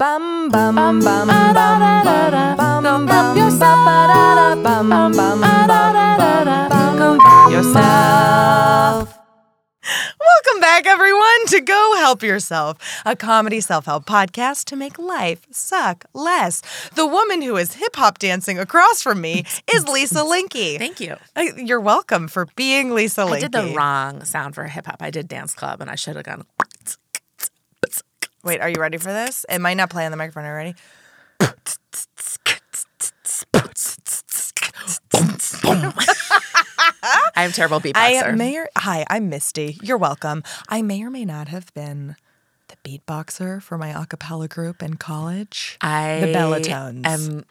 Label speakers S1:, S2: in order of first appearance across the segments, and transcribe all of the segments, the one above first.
S1: Bum bum bum bum bum bum bum bum yourself bum bum bum bum bum yourself. Welcome back, everyone, to Go Help Yourself, a comedy self help podcast to make life suck less. The woman who is hip hop dancing across from me is Lisa Linky.
S2: Thank you.
S1: Uh, You're welcome for being Lisa Linky.
S2: I did the wrong sound for hip hop. I did dance club and I should have gone.
S1: Wait, are you ready for this? It might not play on the microphone already.
S2: I'm terrible beatboxer.
S1: I may or hi, I'm Misty. You're welcome. I may or may not have been the beatboxer for my a cappella group in college.
S2: I
S1: the Bellatones.
S2: am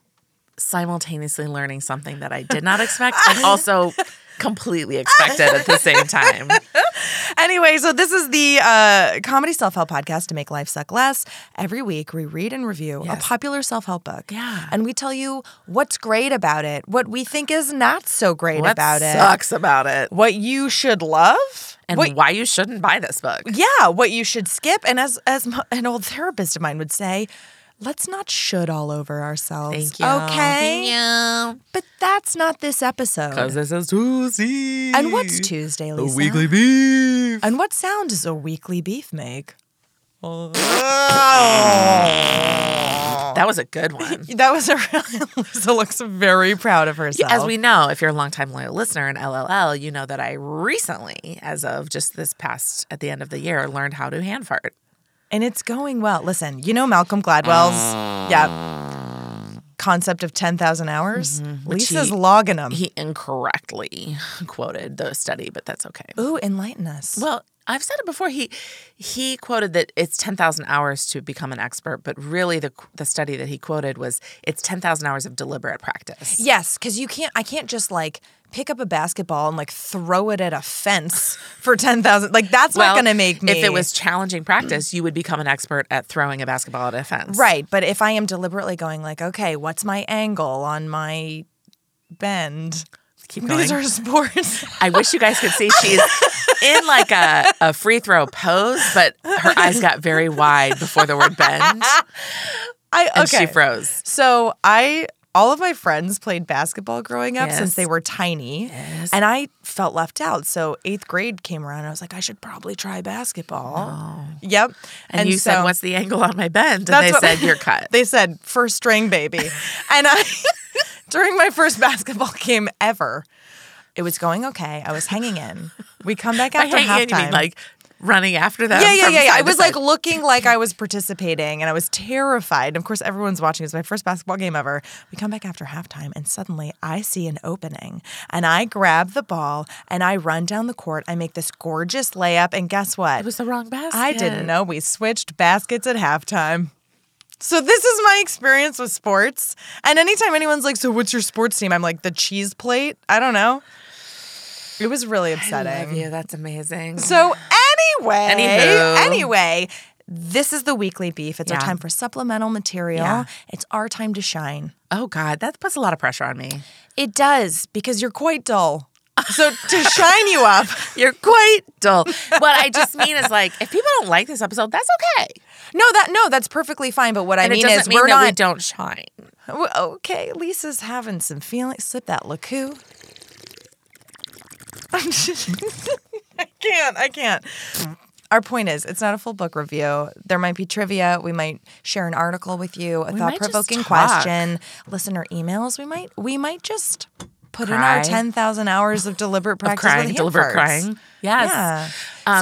S2: simultaneously learning something that I did not expect and also completely expected at the same time.
S1: anyway, so this is the uh, comedy self-help podcast to make life suck less. Every week we read and review a
S2: Yes.
S1: popular self-help book.
S2: Yeah.
S1: And we tell you what's great about it, what we think is not so great
S2: What
S1: about it.
S2: sucks about it?
S1: What you should love
S2: And
S1: what
S2: why you shouldn't buy this book.
S1: yeah, what you should skip. And as as m- an old therapist of mine would say, let's not should all over ourselves.
S2: Thank you.
S1: Okay.
S2: Thank you.
S1: But that's not this episode.
S2: Because this is Tuesday.
S1: And what's Tuesday, Lisa?
S2: beef.
S1: And what sound does a weekly beef make?
S2: That was a good one.
S1: That was a really, Lisa looks very proud of herself.
S2: As we know, if you're a longtime loyal listener in LLL, you know that I recently, as of just this past at the end of the year, learned how to hand fart.
S1: and it's going well. Listen, you know Malcolm
S2: Ah.
S1: Gladwell's yeah concept of ten thousand hours. Lisa's
S2: Mm-hmm. he-
S1: logging them.
S2: He incorrectly quoted the study, but that's okay.
S1: Ooh, enlighten us.
S2: Well, I've said it before. He he quoted that it's ten thousand hours to become an expert, but really the the study that he quoted was it's ten thousand hours of deliberate practice.
S1: Yes, because you can't. I can't just like pick up a basketball and like throw it at a fence for ten thousand. Like that's not going to make me.
S2: If it was challenging practice, you would become an expert at throwing a basketball at a fence.
S1: right, but if I am deliberately going like, okay, what's my angle on my bend?
S2: Keep going.
S1: These are sports.
S2: I wish you guys could see she's in like a, a free throw pose, but her eyes got very wide before the word bend
S1: I
S2: and
S1: okay.
S2: she froze.
S1: So I. All of my friends played basketball growing up since
S2: Yes.
S1: they were tiny.
S2: Yes.
S1: And I felt left out. So eighth grade came around. I was like, I should probably try basketball. Yep.
S2: Oh. And, you said, What's the angle on my bend? And they
S1: That's what-
S2: said, You're cut.
S1: They said first string baby. and I during my first basketball game ever, it was going okay. I was hanging in. We come back
S2: By
S1: after
S2: hanging
S1: halftime.
S2: in, you mean like running after them?
S1: yeah, yeah,
S2: from
S1: yeah, yeah.
S2: side
S1: I
S2: to
S1: was
S2: side?
S1: like looking like I was participating and I was terrified. And of course, everyone's watching. It was my first basketball game ever. We come back after halftime and suddenly I see an opening and I grab the ball and I run down the court. I make this gorgeous layup. And guess what?
S2: It was the wrong basket.
S1: I didn't know we switched baskets at halftime. So this is my experience with sports. And anytime anyone's like, "So what's your sports team?" I'm like, "The cheese plate." I don't know. It was really
S2: I
S1: upsetting.
S2: love you. That's amazing.
S1: So anyway,
S2: Anywho.
S1: anyway, this is the weekly beef. It's our
S2: Yeah.
S1: time for supplemental material.
S2: Yeah.
S1: It's our time to shine.
S2: oh, God, that puts a lot of pressure on me.
S1: It does because you're quite dull. So to shine you up.
S2: You're quite dull. what I just mean is, like, if people don't like this episode, that's okay.
S1: No, that no, that's perfectly fine. But what
S2: And
S1: I
S2: it
S1: mean
S2: doesn't
S1: is,
S2: mean
S1: we're
S2: that
S1: not
S2: we don't shine.
S1: Well, Okay, Lisa's having some feelings. Slip that lacoo. I can't. I can't. Our point is, it's not a full book review. There might be trivia. We might share an article with you, a
S2: might just
S1: thought-provoking
S2: talk.
S1: question, listener emails. We might. We might just put in our
S2: Cry.
S1: ten thousand hours of deliberate practice with
S2: crying,
S1: hand
S2: deliberate
S1: farts.
S2: crying. Yes. Um, Mm-hmm.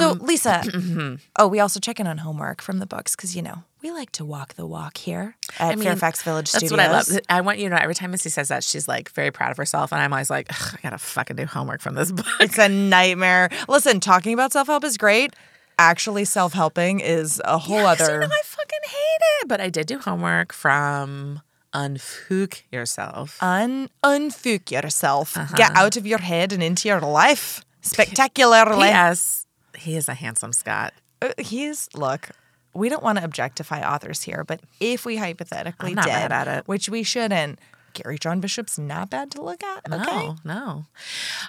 S1: Yeah. so, Lisa. oh, we also check in on homework from the books because you know we like to walk the walk here at
S2: I mean,
S1: Fairfax Village
S2: That's
S1: Studios.
S2: what I love. I want you to know every time Missy says that, she's like very proud of herself. And I'm always like, "Ugh, I gotta fucking do homework from this book.
S1: It's a nightmare. Listen, talking about self help is great. Actually, self helping is a whole
S2: So, you
S1: other.
S2: know, I fucking hate it. But I did do homework from Unfook Yourself.
S1: Un unfuck yourself.
S2: Uh-huh.
S1: Get out of your head and into your life. Spectacularly.
S2: P.S. He is a handsome Scott.
S1: Uh, He's look. We don't want to objectify authors here, but if we hypothetically
S2: I'm not
S1: did,
S2: mad at it.
S1: which we shouldn't, Gary John Bishop's not bad to look at. Okay.
S2: No, no.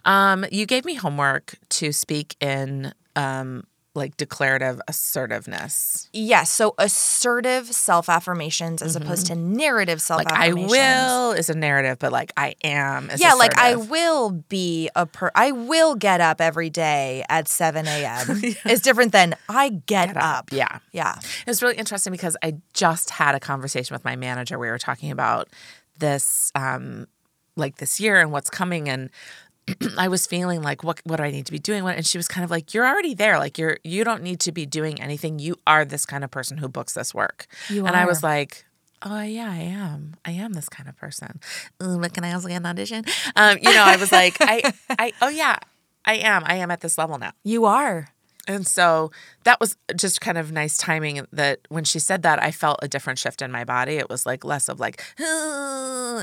S2: Um, you gave me homework to speak in um, like declarative assertiveness.
S1: Yes. So assertive self affirmations as opposed to narrative self
S2: Mm-hmm. Like I
S1: affirmations.
S2: will is a narrative, but like I am is
S1: Yeah, like I
S2: assertive.
S1: will be a per. I will get up every day at seven a.m. It's different than I get, up.
S2: Yeah.
S1: Yeah.
S2: It was really interesting because I just had a conversation with my manager. We were talking about this, um, like this year and what's coming, and I was feeling like, what what do I need to be doing? What? And she was kind of like, you're already there. Like you're you don't need to be doing anything. You are this kind of person who books this work.
S1: You
S2: and I
S1: are.
S2: was like. Oh yeah, I am. I am this kind of person. Uh, But can I also get an audition? Um, you know, I was like, I, I. Oh yeah, I am. I am at this level now.
S1: You are.
S2: And so that was just kind of nice timing that when she said that, I felt a different shift in my body. It was like less of like,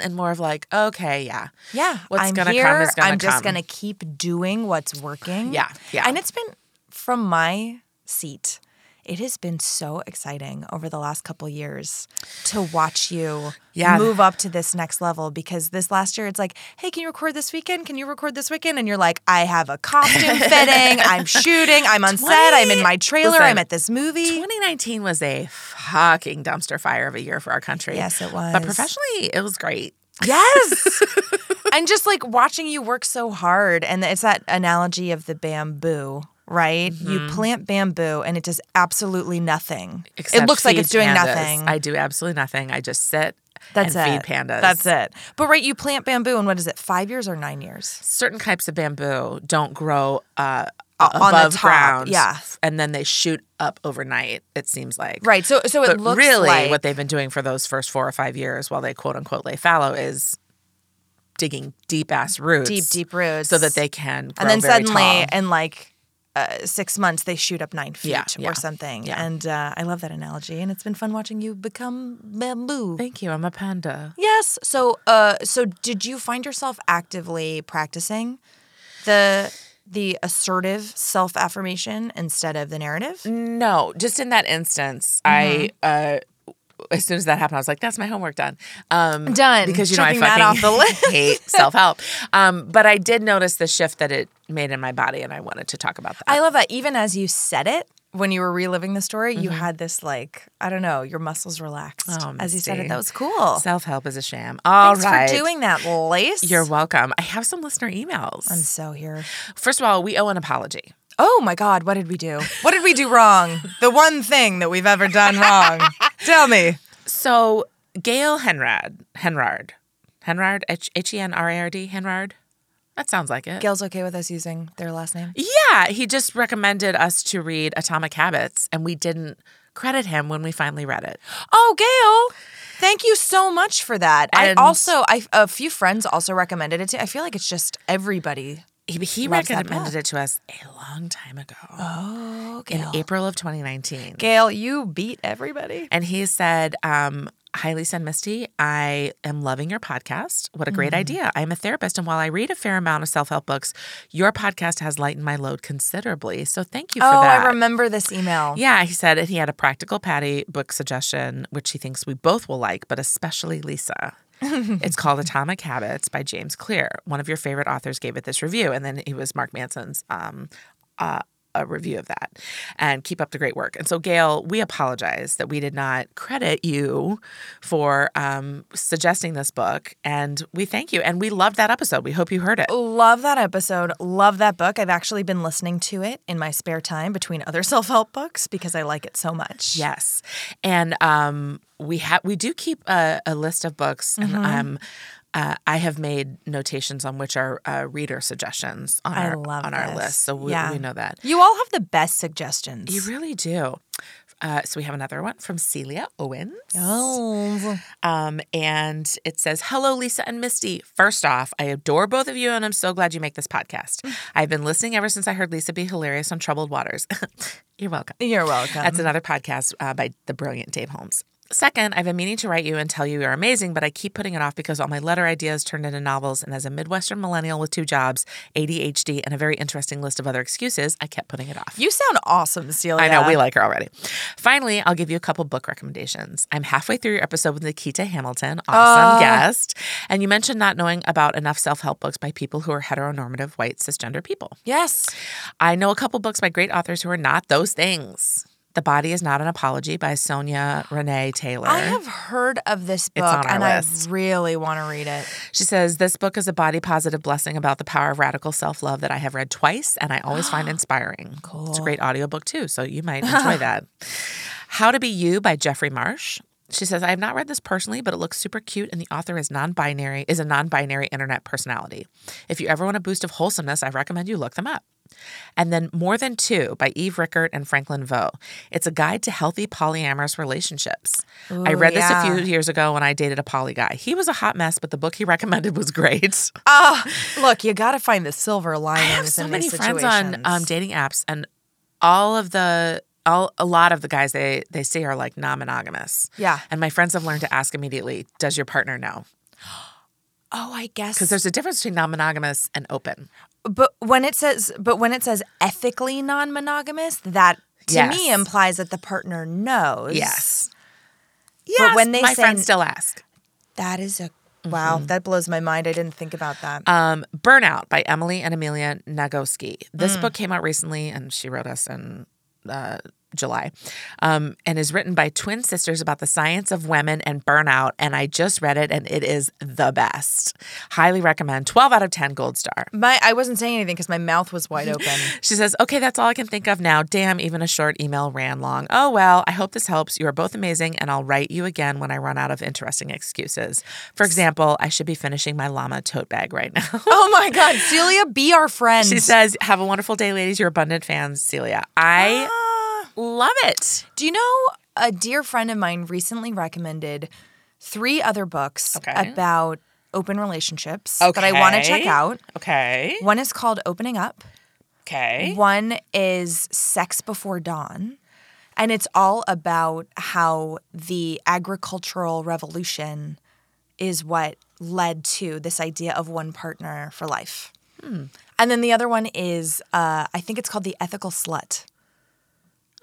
S2: and more of like, okay, yeah.
S1: Yeah.
S2: What's
S1: I'm
S2: gonna
S1: here.
S2: come is gonna
S1: I'm just
S2: come.
S1: gonna keep doing what's working.
S2: Yeah, yeah.
S1: And it's been from my seat. It has been so exciting over the last couple years to watch you
S2: Yeah.
S1: move up to this next level because this last year it's like, hey, can you record this weekend? Can you record this weekend? And you're like, I have a costume fitting, I'm shooting, I'm on set, I'm in my trailer,
S2: Listen,
S1: I'm at this movie.
S2: 2019 was a fucking dumpster fire of a year for our country.
S1: Yes, it
S2: But
S1: was.
S2: professionally, it was great.
S1: Yes. and just like watching you work so hard. And it's that analogy of the bamboo, right? You plant bamboo and it does absolutely nothing. it
S2: Except
S1: looks like
S2: feed
S1: it's doing
S2: pandas.
S1: nothing.
S2: I do absolutely nothing. I just sit
S1: That's
S2: and
S1: it.
S2: feed pandas.
S1: That's it. But right, you plant bamboo and what is it, five years or nine years?
S2: certain types of bamboo don't grow uh,
S1: on the
S2: above
S1: top,
S2: ground.
S1: yeah.
S2: and then they shoot up overnight. It seems like
S1: Right. So so it
S2: But
S1: looks
S2: really,
S1: like
S2: what they've been doing for those first four or five years, while they quote unquote lay fallow, is digging deep ass roots,
S1: deep, deep roots.
S2: so that they can. Grow
S1: and then
S2: very
S1: suddenly
S2: tall.
S1: in like uh, six months they shoot up nine feet
S2: Yeah, yeah,
S1: or something.
S2: yeah.
S1: And uh, I love that analogy. And it's been fun watching you become bamboo.
S2: thank you. I'm a panda.
S1: Yes. So, uh, so did you find yourself actively practicing the the assertive self affirmation instead of the
S2: Mm.
S1: narrative?
S2: No, just in that instance, I. Uh, as soon as that happened, I was like, "That's my homework done." Um,
S1: Done.
S2: Because you know I
S1: Checking that
S2: fucking
S1: off the list.
S2: hate self help. Um, but I did notice the shift that it made in my body, and I wanted to talk about that.
S1: I love that. Even as you said it, when you were reliving the story, you had this like I don't know, your muscles relaxed
S2: Mm-hmm. Oh,
S1: as you said it.
S2: Misty.
S1: That was cool.
S2: self help is a sham. All right,
S1: Thanks for doing that, Lace.
S2: You're welcome. I have some listener emails.
S1: I'm so here.
S2: First of all, we owe an apology.
S1: Oh my God, what did we do? What did we do wrong? the one thing that we've ever done wrong. Tell me.
S2: So Gail Henrad, Henrard, Henrard, H H E N R A R D, Henrard. That sounds like it.
S1: Gail's okay with us using their last name.
S2: yeah, he just recommended us to read Atomic Habits, and we didn't credit him when we finally read it.
S1: Oh, Gail. Thank you so much for that.
S2: And-
S1: I also, I a few friends also recommended it to. I feel like it's just everybody.
S2: He, he
S1: Loves that
S2: recommended
S1: book.
S2: it to us a long time ago,
S1: Oh,
S2: in April of 2019.
S1: Gail, you beat everybody.
S2: And he said, um, Hi, Lisa and Misty. I am loving your podcast. What a great
S1: Mm-hmm.
S2: idea. I'm a therapist, and while I read a fair amount of self help books, your podcast has lightened my load considerably. So thank you for
S1: Oh,
S2: that.
S1: I remember this email.
S2: Yeah, he said, and he had a practical Patty book suggestion, which he thinks we both will like, but especially Lisa. it's called Atomic Habits by James Clear. One of your favorite authors gave it this review, and then it was Mark Manson's um, uh, a review of that. And keep up the great work. And so, Gail, we apologize that we did not credit you for um, suggesting this book, and we thank you. And we loved that episode. We hope you heard it.
S1: Love that episode. Love that book. I've actually been listening to it in my spare time between other self help books because I like it so much.
S2: Yes, and um, we have we do keep a, a list of books,
S1: Mm-hmm.
S2: and um, uh, I have made notations on which are uh, reader suggestions on
S1: I
S2: our
S1: love
S2: on our
S1: this.
S2: list, so we,
S1: Yeah.
S2: we know that
S1: You all have the best suggestions.
S2: you really do. Uh, so we have another one from Celia Owens.
S1: Oh.
S2: Um, and it says, Hello, Lisa and Misty. First off, I adore both of you and I'm so glad you make this podcast.
S1: Mm.
S2: I've been listening ever since I heard Lisa be hilarious on Troubled Waters. You're welcome.
S1: You're welcome.
S2: That's another podcast uh, by the brilliant Dave Holmes. Second, I've been meaning to write you and tell you you're amazing, but I keep putting it off because all my letter ideas turned into novels. And as a Midwestern millennial with two jobs, ADHD, and a very interesting list of other excuses, I kept putting it off.
S1: You sound awesome, Celia.
S2: I know, we like her already. Finally, I'll give you a couple book recommendations. I'm halfway through your episode with Nikita Hamilton, awesome guest. And you mentioned not knowing about enough self help books by people who are heteronormative, white, cisgender people.
S1: Yes.
S2: I know a couple books by great authors who are not those things. The Body is Not an Apology by Sonia Renee Taylor.
S1: I have heard of this book
S2: on our
S1: and
S2: list.
S1: I really want to read it.
S2: She says, This book is a body positive blessing about the power of radical self love that I have read twice and I always find inspiring. Cool. It's a great audiobook, too, so you might enjoy that. How to Be You by Jeffrey Marsh. She says, I have not read this personally, but it looks super cute, and the author is non-binary, is a non-binary internet personality. If you ever want a boost of wholesomeness, I recommend you look them up. And then More Than Two by Eve Rickert and Franklin Vo. It's a guide to healthy polyamorous relationships. I
S1: Ooh,
S2: read this a
S1: yeah.
S2: few years ago when I dated a poly guy. He was a hot mess, but the book he recommended was great.
S1: Oh, look, you got to find the silver linings.
S2: I have so
S1: in
S2: many
S1: these
S2: friends on um,
S1: situations.
S2: dating apps, and all of the all a lot of the guys they they see are like non monogamous.
S1: Yeah.
S2: and my friends have learned to ask immediately, "Does your partner know?"
S1: Oh, I guess.
S2: Because there's a difference between non monogamous and open.
S1: but when it says but when it says ethically non-monogamous, that to
S2: Yes.
S1: me implies that the partner knows.
S2: Yes,
S1: But when they
S2: my
S1: say
S2: friends Mm-hmm. still ask.
S1: that is a wow, that blows my mind. I didn't think about that.
S2: Um, Burnout by Emily and Amelia Nagoski. This book came out recently, and she wrote us in uh, July, um, and is written by twin sisters about the science of women and burnout. And I just read it, and it is the best. Highly recommend. Twelve out of ten. Gold star.
S1: my I wasn't saying anything because my mouth was wide open.
S2: She says, Okay, that's all I can think of now. Damn, even a short email ran long. Oh, well, I hope this helps. You are both amazing, and I'll write you again when I run out of interesting excuses. For example, I should be finishing my llama tote bag right now.
S1: oh my god, Celia, be our friend.
S2: she says, Have a wonderful day, ladies. Your abundant fans, Celia. I Ah. love it.
S1: Do you know a dear friend of mine recently recommended three other books
S2: Okay.
S1: about open relationships that I want to check
S2: Okay.
S1: out?
S2: Okay.
S1: One is called Opening Up.
S2: Okay.
S1: One is Sex Before Dawn. And it's all about how the agricultural revolution is what led to this idea of one partner for life.
S2: Hmm.
S1: And then the other one is, uh, I think it's called The Ethical Slut.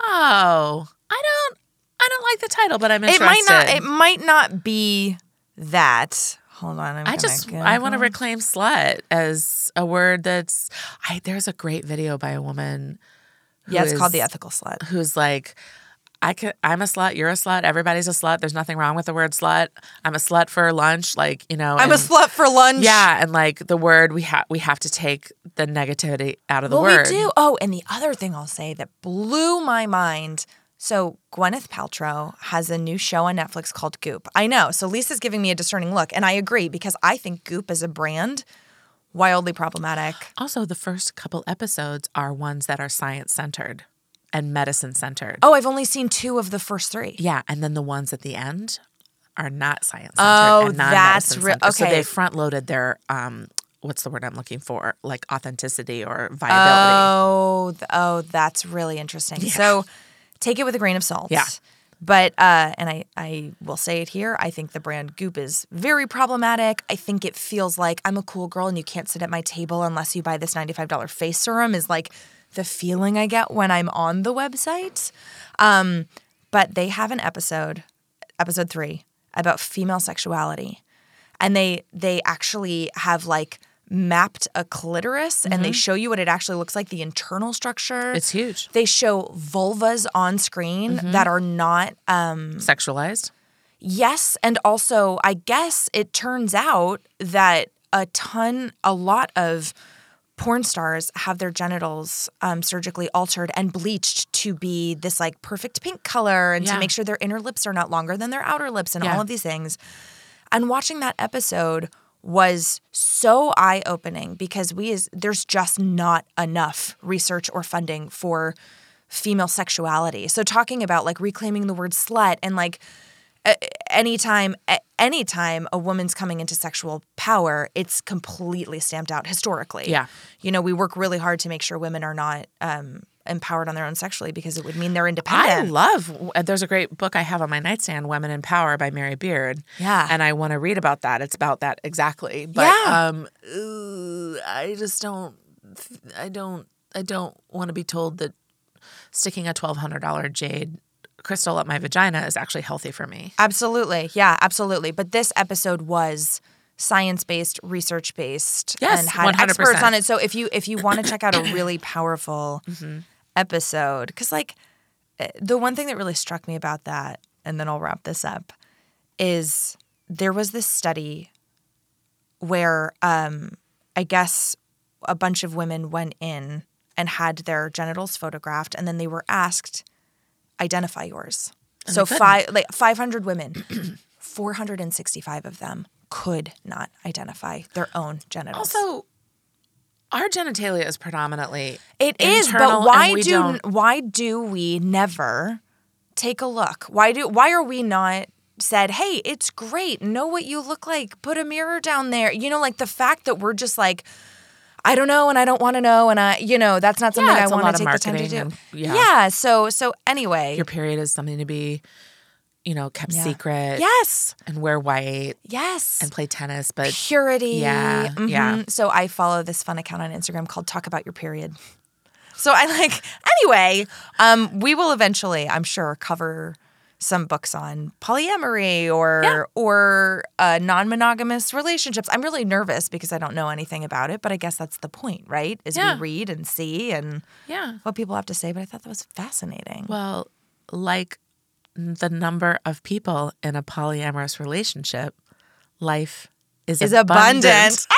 S2: Oh, I don't. I don't like the title, but I'm
S1: It
S2: interested.
S1: might not. It might not be that. Hold on. I'm
S2: I just I want to reclaim slut as a word that's I there's a great video by a woman who
S1: Yeah, it's called
S2: is- Oh,
S1: the ethical slut.
S2: who's like I could I'm a slut, you're a slut, everybody's a slut. There's nothing wrong with the word slut. I'm a slut for lunch, like, you know.
S1: I'm a
S2: and-
S1: slut for lunch.
S2: Yeah, and like the word we have we have to take the negativity out of the
S1: Well,
S2: word.
S1: we do. Oh, and the other thing I'll say that blew my mind. So Gwyneth Paltrow has a new show on Netflix called Goop. I know. So Lisa's giving me a discerning look, and I agree because I think Goop as a brand wildly problematic.
S2: Also, the first couple episodes are ones that are science centered and medicine centered.
S1: Oh, I've only seen two of the first three.
S2: Yeah, and then the ones at the end are not science centered
S1: Oh,
S2: and non
S1: that's
S2: medicine
S1: re-
S2: centered. So
S1: okay.
S2: they front loaded their um what's the word I'm looking for? Like authenticity or viability.
S1: Oh, th- oh, that's really interesting. So take it with a grain of salt.
S2: Yeah.
S1: But uh, and I, I will say it here. I think the brand Goop is very problematic. I think it feels like I'm a cool girl and you can't sit at my table unless you buy this $95 face serum is like the feeling I get when I'm on the website. Um, but they have an episode, episode three, about female sexuality and they they actually have like mapped a clitoris and they show you what it actually looks like the internal structure
S2: it's huge.
S1: they show vulvas on screen that are not um
S2: Sexualized.
S1: yes and also i guess it turns out that a ton a lot of porn stars have their genitals um, surgically altered and bleached to be this like perfect pink color and
S2: Yeah.
S1: to make sure their inner lips are not longer than their outer lips and
S2: Yeah.
S1: all of these things and watching that episode was so eye-opening because we is there's just not enough research or funding for female sexuality so talking about like reclaiming the word slut and like a- anytime a- anytime a woman's coming into sexual power it's completely stamped out historically
S2: Yeah.
S1: you know we work really hard to make sure women are not um empowered on their own sexually because it would mean they're
S2: I
S1: independent.
S2: love. There's a great book I have on my nightstand, "Women in Power" by Mary Beard.
S1: Yeah.
S2: and I want to read about that. It's about that exactly. But,
S1: Yeah.
S2: Um, ooh, I just don't. I don't. I don't want to be told that sticking a twelve hundred dollar jade crystal up my vagina is actually healthy for me.
S1: absolutely. Yeah, absolutely. But this episode was science-based, research-based
S2: Yes,
S1: and had
S2: 100%.
S1: experts on it. So if you if you want to check out a really powerful
S2: Mm-hmm.
S1: episode cuz like eh, the one thing that really struck me about that and then I'll wrap this up is there was this study where um, I guess a bunch of women went in and had their genitals photographed, and then they were asked, identify yours. so five, like 500 women, 465 of them could not identify their own genitals.
S2: Also, our genitalia is predominantly
S1: It is,
S2: internal,
S1: but why
S2: and we
S1: do
S2: don't-
S1: why do we never take a look? Why do why are we not said, "Hey, it's great. Know what you look like. Put a mirror down there." You know, like the fact that we're just like I don't know and I don't want to know and I you know, that's not something
S2: Yeah,
S1: I
S2: it's a
S1: want
S2: lot
S1: to
S2: of
S1: take the time to do.
S2: marketing and- yeah.
S1: so so anyway.
S2: your period is something to be, you know, kept
S1: Yeah.
S2: secret.
S1: yes.
S2: and wear white
S1: Yes.
S2: and play tennis, but
S1: purity.
S2: Yeah, yeah.
S1: Mhm. So I follow this fun account on Instagram called Talk About Your Period. So I like anyway, um, we will eventually, I'm sure, cover some books on polyamory or or uh, non-monogamous relationships. I'm really nervous because I don't know anything about it, but I guess that's the point, right? Is
S2: Yeah.
S1: we read and see and
S2: yeah.
S1: what people have to say. But I thought that was fascinating.
S2: Well, like n- the number of people in a polyamorous relationship, life is,
S1: is abundant.